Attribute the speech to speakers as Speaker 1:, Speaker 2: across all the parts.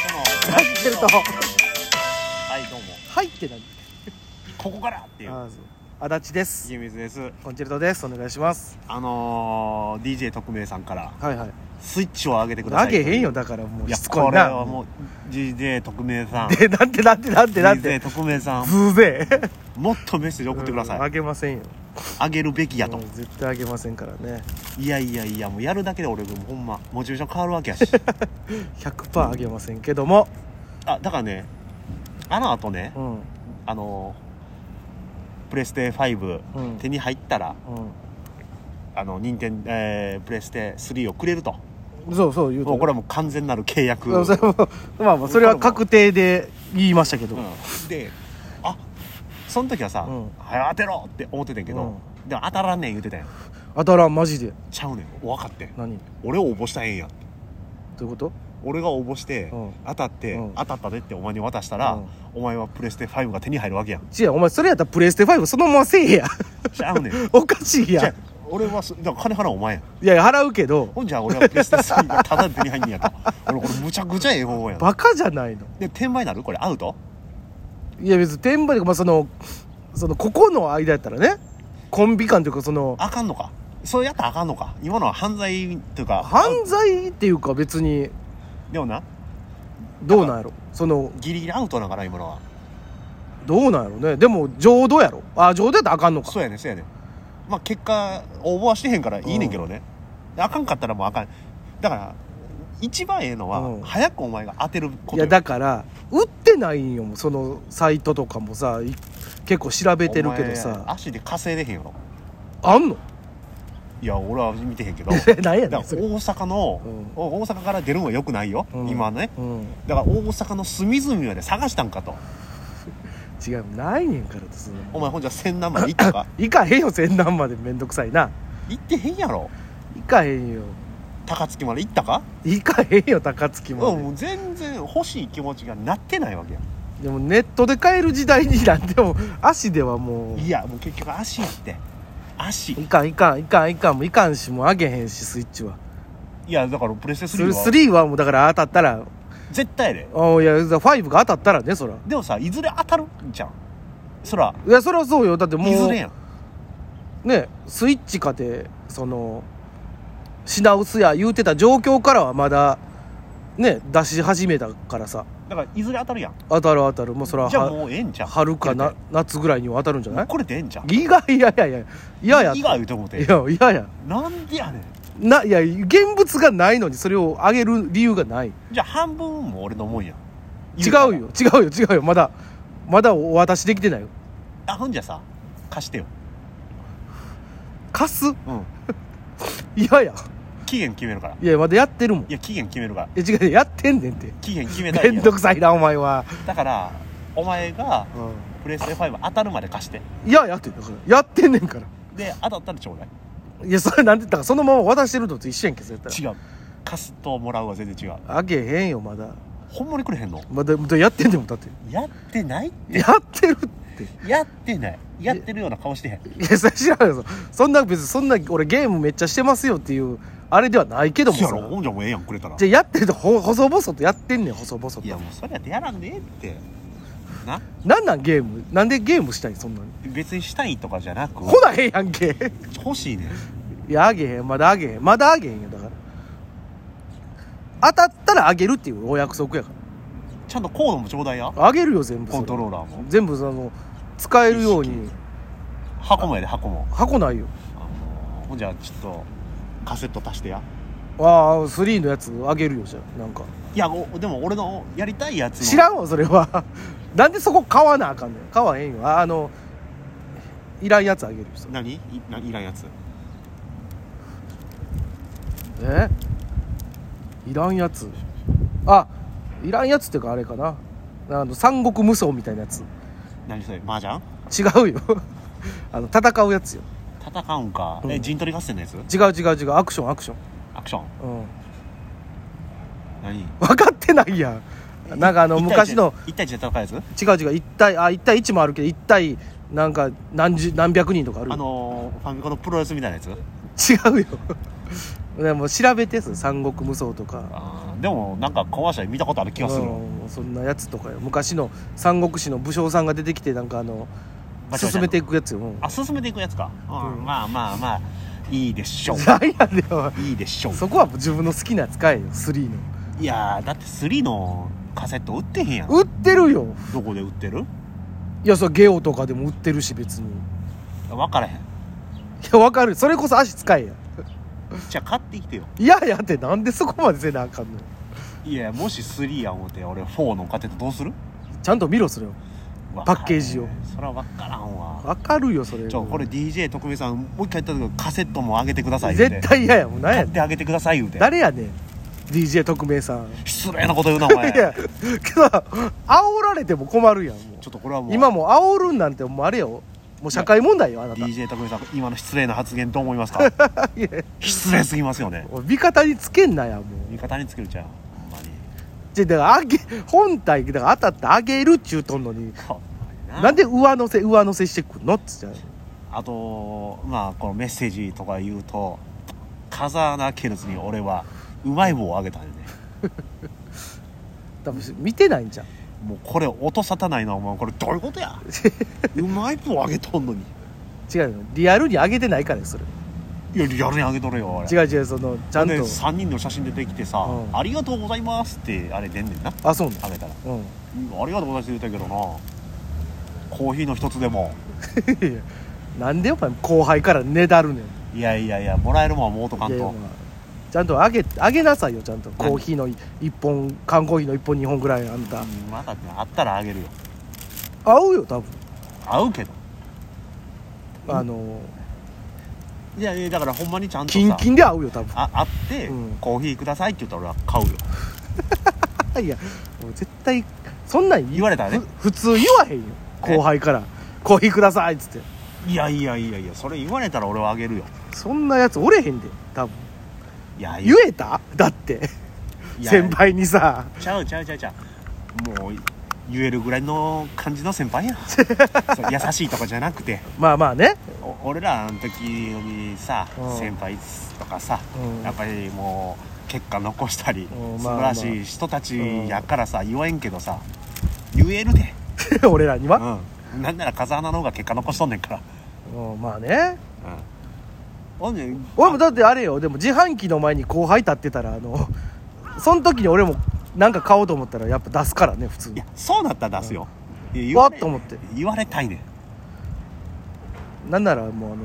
Speaker 1: ってると
Speaker 2: はいどうも
Speaker 1: 「はい」ってなる
Speaker 2: ここからっていう
Speaker 1: あそう足立です
Speaker 2: 清水です
Speaker 1: コンチェルトですお願いします
Speaker 2: あのー、DJ 特命さんから
Speaker 1: はいはい
Speaker 2: スイッチを上げてくだ
Speaker 1: 投
Speaker 2: さい
Speaker 1: げへんよ
Speaker 2: だ
Speaker 1: だからもう
Speaker 2: い
Speaker 1: い
Speaker 2: や
Speaker 1: しつこ
Speaker 2: こ
Speaker 1: い
Speaker 2: れ
Speaker 1: な
Speaker 2: はもう DJ 特命さん
Speaker 1: でなんてなんてなんてなんて
Speaker 2: DJ 特命さん
Speaker 1: ブーベー
Speaker 2: もっとメッセージ送ってくだ
Speaker 1: うんあ
Speaker 2: さい
Speaker 1: げませんよ
Speaker 2: あげるべきやと
Speaker 1: うん絶対あげませんからね
Speaker 2: いやいやいやもうやるだけで俺もうほんまモチベーション変わるわけ やし
Speaker 1: 100%あげませんけども
Speaker 2: あだからねあの後ね
Speaker 1: うん
Speaker 2: あのー、プレステ5
Speaker 1: うん
Speaker 2: 手に入ったらあの任天、えー、プレステ3をくれると
Speaker 1: うんそうそう言う
Speaker 2: も
Speaker 1: と
Speaker 2: うこれはもう完全なる契約
Speaker 1: うんそれも まあまあそれは確定で言いましたけど
Speaker 2: うんであその時はさ「
Speaker 1: うん
Speaker 2: 早当てろ!」って思ってたんやけど、でも当たらんねん言うてたやん
Speaker 1: 当たらんマジで
Speaker 2: ちゃうねん分かってん
Speaker 1: 何ど
Speaker 2: 俺を応募したらええんや
Speaker 1: ういうこと
Speaker 2: 俺が応募して、
Speaker 1: うん
Speaker 2: 当たって、
Speaker 1: うん
Speaker 2: 当たったでってお前に渡したら、
Speaker 1: うん
Speaker 2: お前はプレステ5が手に入るわけやん
Speaker 1: 違うお前それやったらプレイステ5そのまませえや
Speaker 2: ちゃうねん
Speaker 1: おかしいやん
Speaker 2: じゃあ俺はそだから金払うお前やん
Speaker 1: いやいや払うけど
Speaker 2: ほんじゃ俺はプレステ3がただで手に入んねんやと俺これむちゃくちゃええ方法やん
Speaker 1: バカじゃないの
Speaker 2: で転売になるこれアウト
Speaker 1: いや別に転売とかまあそのそのここの間やったらねコンビ感というかその
Speaker 2: あかんのかそうやったらあかんのか今のは犯罪というか
Speaker 1: 犯罪っていうか別に
Speaker 2: でもな
Speaker 1: どうなんやろその
Speaker 2: ギリギリアウトなんかな今のは
Speaker 1: どうなんやろねでも浄土やろあ浄土やったらあかんのか
Speaker 2: そうやねそうやねまあ結果応募はしてへんからいいねんけどね、あかんかったらもうあかんだから一番ええのは、
Speaker 1: うん
Speaker 2: 早くお前が当てるこ
Speaker 1: い
Speaker 2: と
Speaker 1: や
Speaker 2: よ
Speaker 1: だから売ってないんよもうそのサイトとかもさい結構調べてるけど
Speaker 2: お前
Speaker 1: さ
Speaker 2: 足で稼いでへんやろ
Speaker 1: あんの
Speaker 2: いや俺は見てへんけど
Speaker 1: え何
Speaker 2: だ
Speaker 1: やね
Speaker 2: か
Speaker 1: ん
Speaker 2: ら
Speaker 1: それ、
Speaker 2: 大阪の、
Speaker 1: うん
Speaker 2: お大阪から出るのはよくないよ、
Speaker 1: うん
Speaker 2: 今ね
Speaker 1: うん、
Speaker 2: だから大阪の隅々まで探したんかと
Speaker 1: 違うないねんからです
Speaker 2: お前ほんじゃ千南まで行った か
Speaker 1: 行かへんよ仙南までめんどくさいな
Speaker 2: 行ってへんやろ
Speaker 1: 行かへんよ
Speaker 2: 高槻まで行ったか、
Speaker 1: 行かへんよ高槻
Speaker 2: うん、
Speaker 1: まで、
Speaker 2: もう全然欲しい気持ちがなってないわけや
Speaker 1: でもネットで買える時代になっても 足ではもう
Speaker 2: いやもう結局足やって足
Speaker 1: いかんいかんいかんいかんもういかんしもうあげへんしスイッチはい
Speaker 2: やだからプレステ
Speaker 1: ス
Speaker 2: 3は
Speaker 1: リーはもうだから当たったら
Speaker 2: 絶対やで
Speaker 1: あいや5が当たったらねそら
Speaker 2: でもさいずれ当たるんじゃんそら
Speaker 1: いやそれはそうよだってもう
Speaker 2: いずれやん
Speaker 1: ねスイッチかてその品薄や言うてた状況からはまだね出し始めたからさ
Speaker 2: だからいずれ当たるやん
Speaker 1: 当たる当たるもうそれは
Speaker 2: じゃあ
Speaker 1: は
Speaker 2: もうええんじゃん
Speaker 1: 春かな
Speaker 2: こ
Speaker 1: 夏ぐらいには当たるんじゃ
Speaker 2: れで
Speaker 1: な
Speaker 2: もう
Speaker 1: い
Speaker 2: これでええんじゃん
Speaker 1: 意外いやいやいやいやや
Speaker 2: 意
Speaker 1: い
Speaker 2: 外言うて思って
Speaker 1: やいやや
Speaker 2: なんでやねん
Speaker 1: ないや現物がないのにそれをあげる理由がない
Speaker 2: じゃあ半分も俺のもんやん
Speaker 1: 違
Speaker 2: 言たら
Speaker 1: うよ違うよ違うよまだまだお渡しできてないよ
Speaker 2: あほんじゃさ貸してよ
Speaker 1: 貸す
Speaker 2: うん
Speaker 1: いやいや
Speaker 2: 期限決めるから
Speaker 1: いやまだやってるもんい
Speaker 2: いや期限決めるから
Speaker 1: や違うやってんねんって
Speaker 2: 期限決めたら
Speaker 1: め
Speaker 2: いい
Speaker 1: ん
Speaker 2: や
Speaker 1: ど
Speaker 2: ん
Speaker 1: くさいなお前は、
Speaker 2: だからお前が
Speaker 1: う
Speaker 2: プレステ5当たるまで貸して
Speaker 1: ん、いややってんだからやってんねんから
Speaker 2: で当たったらちょうだい
Speaker 1: いやそれなんて言ったからそのまま渡してるのと一緒やんけ絶対
Speaker 2: 違う貸すともらうは全然違う
Speaker 1: あげへんよまだ
Speaker 2: ほんまにくれへんの
Speaker 1: まだまだやってんでもんだって
Speaker 2: やってない
Speaker 1: やってるって
Speaker 2: やってないやってるような顔してへん
Speaker 1: いやそれ知らんよそんな別にそんな俺ゲームめっちゃしてますよっていうあれではないけども
Speaker 2: そ
Speaker 1: さ
Speaker 2: やろほんじゃもうええやんくれたら
Speaker 1: じゃあやってるとほ細々とやってんねん細々と
Speaker 2: いやもうそりゃやらんでええってな
Speaker 1: なんなんゲームなんでゲームしたいそんなに
Speaker 2: 別にしたいとかじゃなく
Speaker 1: ほなへんやんけ
Speaker 2: 欲しいねん
Speaker 1: いやあげへんまだあげへんまだあげへんよだから当たったらあげるっていうお約束やか
Speaker 2: ちゃんとコードもちょうだいや
Speaker 1: らあげるよ全部そ
Speaker 2: コ
Speaker 1: れ
Speaker 2: ントローラーも
Speaker 1: 全部その使えるように
Speaker 2: 箱もやで箱も
Speaker 1: 箱ないよ
Speaker 2: あのーほんじゃちょっとカセット足してや
Speaker 1: ああ3のやつあげるよじゃあなんか
Speaker 2: いやおでも俺のやりたいやつの
Speaker 1: 知らんわそれは なんでそこ買わなあかんねん買わへんよああのいらんやつあげるよそれ
Speaker 2: 何いないらんやつ
Speaker 1: えいらんやつあいらんやつっていうかあれかなあの三国無双みたいなやつ
Speaker 2: 何それ麻雀
Speaker 1: 違うよ あの戦うやつよ
Speaker 2: 戦うんか、
Speaker 1: う
Speaker 2: え
Speaker 1: ん
Speaker 2: 陣取り合戦のやつ
Speaker 1: 違う違う違うアクションアクション
Speaker 2: アクション
Speaker 1: うん
Speaker 2: 何
Speaker 1: 分かってないやんなんかあの
Speaker 2: 一対一
Speaker 1: 昔の
Speaker 2: 一対一で戦うやつ
Speaker 1: 違う違う1対あ一対1もあるけど1対なんか何十何百人とかあるよ
Speaker 2: あのーファミコンのプロレスみたいなやつ
Speaker 1: 違うよ でも調べてっす三国無双とか
Speaker 2: あーでもなんかコマーシャル見たことある気がするわ
Speaker 1: うんそんなやつとかよ昔の三国志の武将さんが出てきてなんかあの
Speaker 2: バチバチ
Speaker 1: 進めていくやつよ、うん、
Speaker 2: あ進めていくやつか、うん
Speaker 1: うん
Speaker 2: まあまあまあいいでしょう
Speaker 1: 何やねんおい
Speaker 2: いいでしょう
Speaker 1: そこは自分の好きなやつ買えよ3の
Speaker 2: いやーだって3のカセット売ってへんやん
Speaker 1: 売ってるよ
Speaker 2: どこで売ってる
Speaker 1: いやそれゲオとかでも売ってるし別にい
Speaker 2: 分からへん
Speaker 1: やわかるそれこそ足使えや
Speaker 2: じゃあ買ってきてよ
Speaker 1: いやいやってなんでそこまでせなあかんのよ
Speaker 2: いやもし3や思って俺4のカセットどうする
Speaker 1: ちゃんと見ろそれを
Speaker 2: わ
Speaker 1: パッケージを
Speaker 2: そら分からんわ
Speaker 1: わかるよそれ
Speaker 2: ちょこれ DJ 特命さんもう一回言ったけどカセットもあげてください言うて
Speaker 1: 絶対嫌やもん何や
Speaker 2: 買
Speaker 1: ね
Speaker 2: っ
Speaker 1: ん
Speaker 2: てあげてください言うて
Speaker 1: 誰やねん DJ 特命さん
Speaker 2: 失礼なこと言うなお
Speaker 1: い
Speaker 2: 前
Speaker 1: やけど煽られても困るやんもう
Speaker 2: ちょっとこれはもう
Speaker 1: 今もう煽るんなんてもうあれよもう社会問題よあなた
Speaker 2: DJ 特命さん今の失礼な発言どう思いますか
Speaker 1: いや
Speaker 2: 失礼すぎますよね
Speaker 1: おい味方につけんなやもう
Speaker 2: 味方につけるじゃんほんまに
Speaker 1: じゃだからあげ本体だから当たってあげるっちゅうとんのに
Speaker 2: ほんまにな
Speaker 1: なんで上乗せ上乗せしてくんのっつっちゃう
Speaker 2: あとまあこのメッセージとか言うとカザーナ・ケルズに俺はうまい棒をあげたんよね
Speaker 1: 多分見てないんじゃん
Speaker 2: もうこれ音沙汰ないなお前これどういうこと やうまい棒あげとんのに
Speaker 1: 違うよリアルに上げてないからよそれ
Speaker 2: いやリアルにあげとるよ俺
Speaker 1: 違う違うそのちゃんと
Speaker 2: で3人の写真出てきてさ「
Speaker 1: うん
Speaker 2: ありがとうございます」ってあれ出んねんな
Speaker 1: あそうね
Speaker 2: あげたら「
Speaker 1: うん
Speaker 2: うんありがとうございます」って言うたけどなコーヒーの一つでも
Speaker 1: いやなんでお前後輩からねだるねん
Speaker 2: いやいやいやもらえるもんはもうとかん
Speaker 1: いや
Speaker 2: と
Speaker 1: まあちゃんとあげあげなさいよちゃんと
Speaker 2: 何
Speaker 1: コーヒーの1本缶コーヒーの1本2本ぐらいあんた、
Speaker 2: うんまだねあったらあげるよ
Speaker 1: 合うよ多分
Speaker 2: 合うけど
Speaker 1: あの
Speaker 2: いやいやだからほんまにちゃんとさ
Speaker 1: キンキンで合うよ多分
Speaker 2: ああって、
Speaker 1: うん
Speaker 2: コーヒーくださいって言ったら俺は買うよ
Speaker 1: いやもう絶対そんなん
Speaker 2: 言われたらね
Speaker 1: ふ普通言わへんよ後輩から「コーヒーください」っつって
Speaker 2: いやいやいやいやそれ言われたら俺はあげるよ
Speaker 1: そんなやつおれへんで多分
Speaker 2: いやいや
Speaker 1: 言えただって
Speaker 2: いや
Speaker 1: 先輩にさ
Speaker 2: ちゃうちゃうちゃうちゃうもう言えるぐらいの感じの先輩や んそう優しいとかじゃなくて
Speaker 1: まあまあね
Speaker 2: お俺らの時にさ、
Speaker 1: うん
Speaker 2: 先輩とかさ、
Speaker 1: うん
Speaker 2: やっぱりもう結果残したり、
Speaker 1: うん
Speaker 2: 素
Speaker 1: まあ
Speaker 2: 晴
Speaker 1: まあ
Speaker 2: らしい人たちやからさ、言わへんけどさ言えるで、
Speaker 1: 俺らには、
Speaker 2: うん、なんなら風穴の方が結果残しとんねんから、
Speaker 1: うんまあね
Speaker 2: うん、ほんで
Speaker 1: 俺もだってあれよでも自販機の前に後輩立ってたらあの その時に俺もなんか買おうと思ったらやっぱ出すからね普通
Speaker 2: い
Speaker 1: に
Speaker 2: やそうなったら出すよ、いや言
Speaker 1: わ
Speaker 2: わ
Speaker 1: っ
Speaker 2: れ
Speaker 1: と思って
Speaker 2: 言われたいねん
Speaker 1: なんならもうあ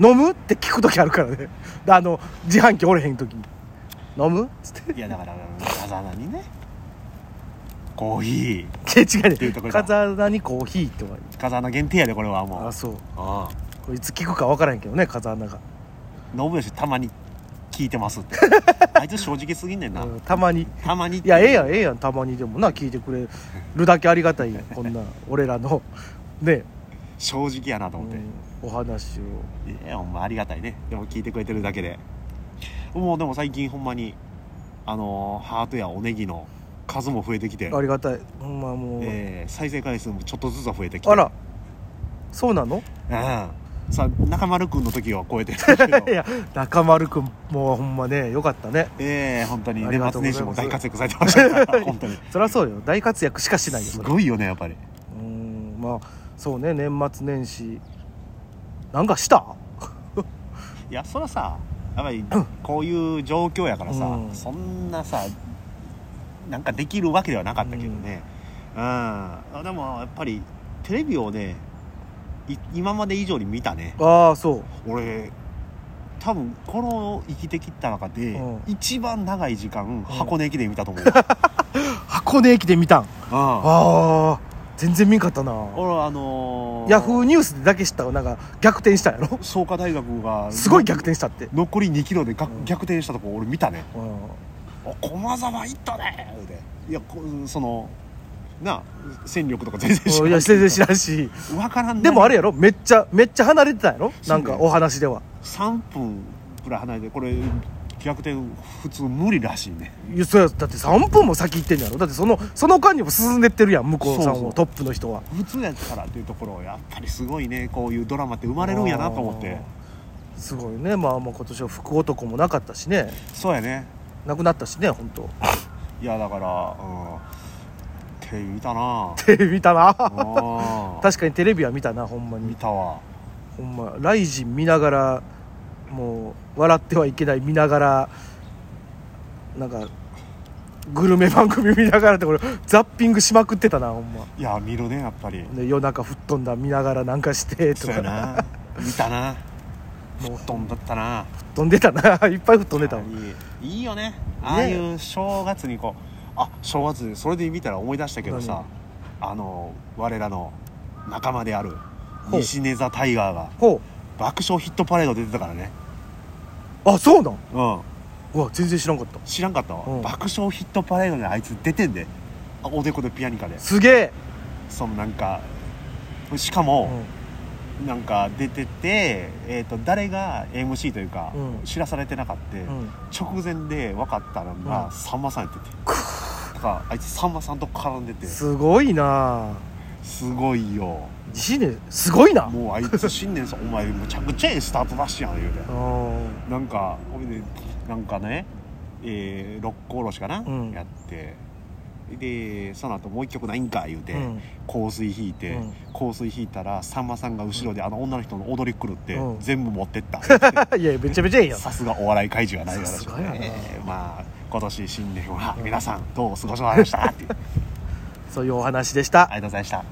Speaker 1: の「飲む?」って聞く時あるからねであの自販機おれへん時に「飲む?」っつ って
Speaker 2: いやだから風穴にねコーヒー
Speaker 1: 「いや違う
Speaker 2: ていうところ
Speaker 1: ね
Speaker 2: だ
Speaker 1: 風穴にコーヒー」って言われて
Speaker 2: 風穴限定やでこれはも
Speaker 1: あ
Speaker 2: う
Speaker 1: そう
Speaker 2: あ
Speaker 1: これいつ聞くか分からへんけどね風穴が、
Speaker 2: 信義たまに聞いてますって あいつ正直すぎんねんな、
Speaker 1: うんたまにい
Speaker 2: たまにって
Speaker 1: やええやんええやんたまにでもな聞いてくれるだけありがた いやんこんな俺らのね、
Speaker 2: 正直やなと思って、
Speaker 1: うんお話を
Speaker 2: いやほんまありがたいねでも聞いてくれてるだけでもうでも最近ほんまにあのーハートやおネギの数も増えてきて
Speaker 1: あ、りがたいほんまもう、
Speaker 2: えー再生回数もちょっとずつは増えてきて
Speaker 1: あらそうなの
Speaker 2: うんさあ中丸君の時は超えてるけど
Speaker 1: いや中丸君もうほんまねよかったね
Speaker 2: ええ本当に
Speaker 1: ありが
Speaker 2: 年
Speaker 1: とう
Speaker 2: 末
Speaker 1: ご
Speaker 2: 年
Speaker 1: ざ
Speaker 2: 始
Speaker 1: いま
Speaker 2: も大活躍
Speaker 1: す
Speaker 2: されてましたから 本当に
Speaker 1: そりゃそうよ大活躍しかしないよ
Speaker 2: す
Speaker 1: それ
Speaker 2: ごいよねやっぱり
Speaker 1: うーんまあそうね年末年始なんかした
Speaker 2: いやそらさやっぱりこういう状況やからさ、
Speaker 1: うん
Speaker 2: そんなさなんかできるわけではなかったけどねうん、あでもやっぱりテレビをねい今まで以上に見たね
Speaker 1: ああそ
Speaker 2: 俺多分この生きてきた中で、
Speaker 1: うん
Speaker 2: 一番長い時間箱根駅伝見たと 思う、
Speaker 1: う箱根駅で見たん
Speaker 2: うん、
Speaker 1: ああ全然見んかったな
Speaker 2: 俺はあのー、
Speaker 1: ヤフーニュースでだけ知ったらなんか逆転したんやろ
Speaker 2: 創価大学が
Speaker 1: すごい逆転したって、
Speaker 2: 残り2キロでが
Speaker 1: うん
Speaker 2: 逆転したとこ俺見たね
Speaker 1: うん、
Speaker 2: お駒沢行ったね言うていやこそのなあ戦力とか全然知らん
Speaker 1: いや全然知らんし
Speaker 2: 分からんな
Speaker 1: でもあれやろめっちゃめっちゃ離れてたんやろなんかお話では
Speaker 2: 3分ぐらい離れてこれ逆転普通無理らしいね
Speaker 1: いやそうやだって3分も先行ってんのやろだってそのその間にも進んでってるやん向こうさんを
Speaker 2: そうそう
Speaker 1: トップの人は
Speaker 2: 普通やったらっていうところやっぱりすごいねこういうドラマって生まれるんやなと思って
Speaker 1: あすごいねまあまあ今年は福男もなかったしね
Speaker 2: そうやね
Speaker 1: なくなったしね本当
Speaker 2: いやだから、うん、テレビ見た な
Speaker 1: テレビ見たな
Speaker 2: あ
Speaker 1: 確かにテレビは見たなほんま
Speaker 2: 見
Speaker 1: に
Speaker 2: たわ
Speaker 1: ほんまライジン見ながらもう笑ってはいけない見ながらなんかグルメ番組見ながらってこれザッピングしまくってたなほんま
Speaker 2: いや見るねやっぱり
Speaker 1: で夜中吹っ飛んだ見ながらなんかしてと
Speaker 2: そうや
Speaker 1: か
Speaker 2: な 見たな
Speaker 1: もう
Speaker 2: 布団だったな
Speaker 1: 飛んでたな いっぱい吹っ飛んでたわ
Speaker 2: いいいいよねああいう正月にこうあ正月にそれで見たら思い出したけどさあの我らの仲間である
Speaker 1: ほう
Speaker 2: 西根座タイガーが
Speaker 1: ほ
Speaker 2: 爆笑ヒットパレード出てたからね
Speaker 1: うあそうなん
Speaker 2: うん
Speaker 1: うわ全然知らんかった
Speaker 2: 知らんかったわ、
Speaker 1: うん
Speaker 2: 爆笑ヒットパレードであいつ出てんであおでこでピアニカです
Speaker 1: げえ、
Speaker 2: そのなんかしか
Speaker 1: う
Speaker 2: も
Speaker 1: ん
Speaker 2: なんか出てて、えー、と誰が MC というか、
Speaker 1: うん
Speaker 2: 知らされてなかった、
Speaker 1: うん、
Speaker 2: 直前で分かったのが、
Speaker 1: うん
Speaker 2: さんまさんやっててだからあいつさんまさんと絡んでてす
Speaker 1: すごいな
Speaker 2: ごいよ
Speaker 1: 自信ねすごいな
Speaker 2: もうあいつ新年さんお前むちゃくちゃええスタートダッシュやん言うて
Speaker 1: うん
Speaker 2: なんかほいでなんかね、えー、六甲おろしかな、
Speaker 1: うん
Speaker 2: やってでその後もう一曲ないんか言うて、
Speaker 1: うん
Speaker 2: 香水引いて、
Speaker 1: うん
Speaker 2: 香水引いたらさんまさんが後ろであの女の人の踊り狂って、
Speaker 1: うん
Speaker 2: 全部持ってった
Speaker 1: いやめちゃめちゃいいやん
Speaker 2: さすがお笑い怪獣がない
Speaker 1: さすがやな
Speaker 2: えーまあ今年新年は皆さんどうお過ごしになりましたってあり
Speaker 1: そういうお話でし
Speaker 2: が
Speaker 1: た
Speaker 2: とうございました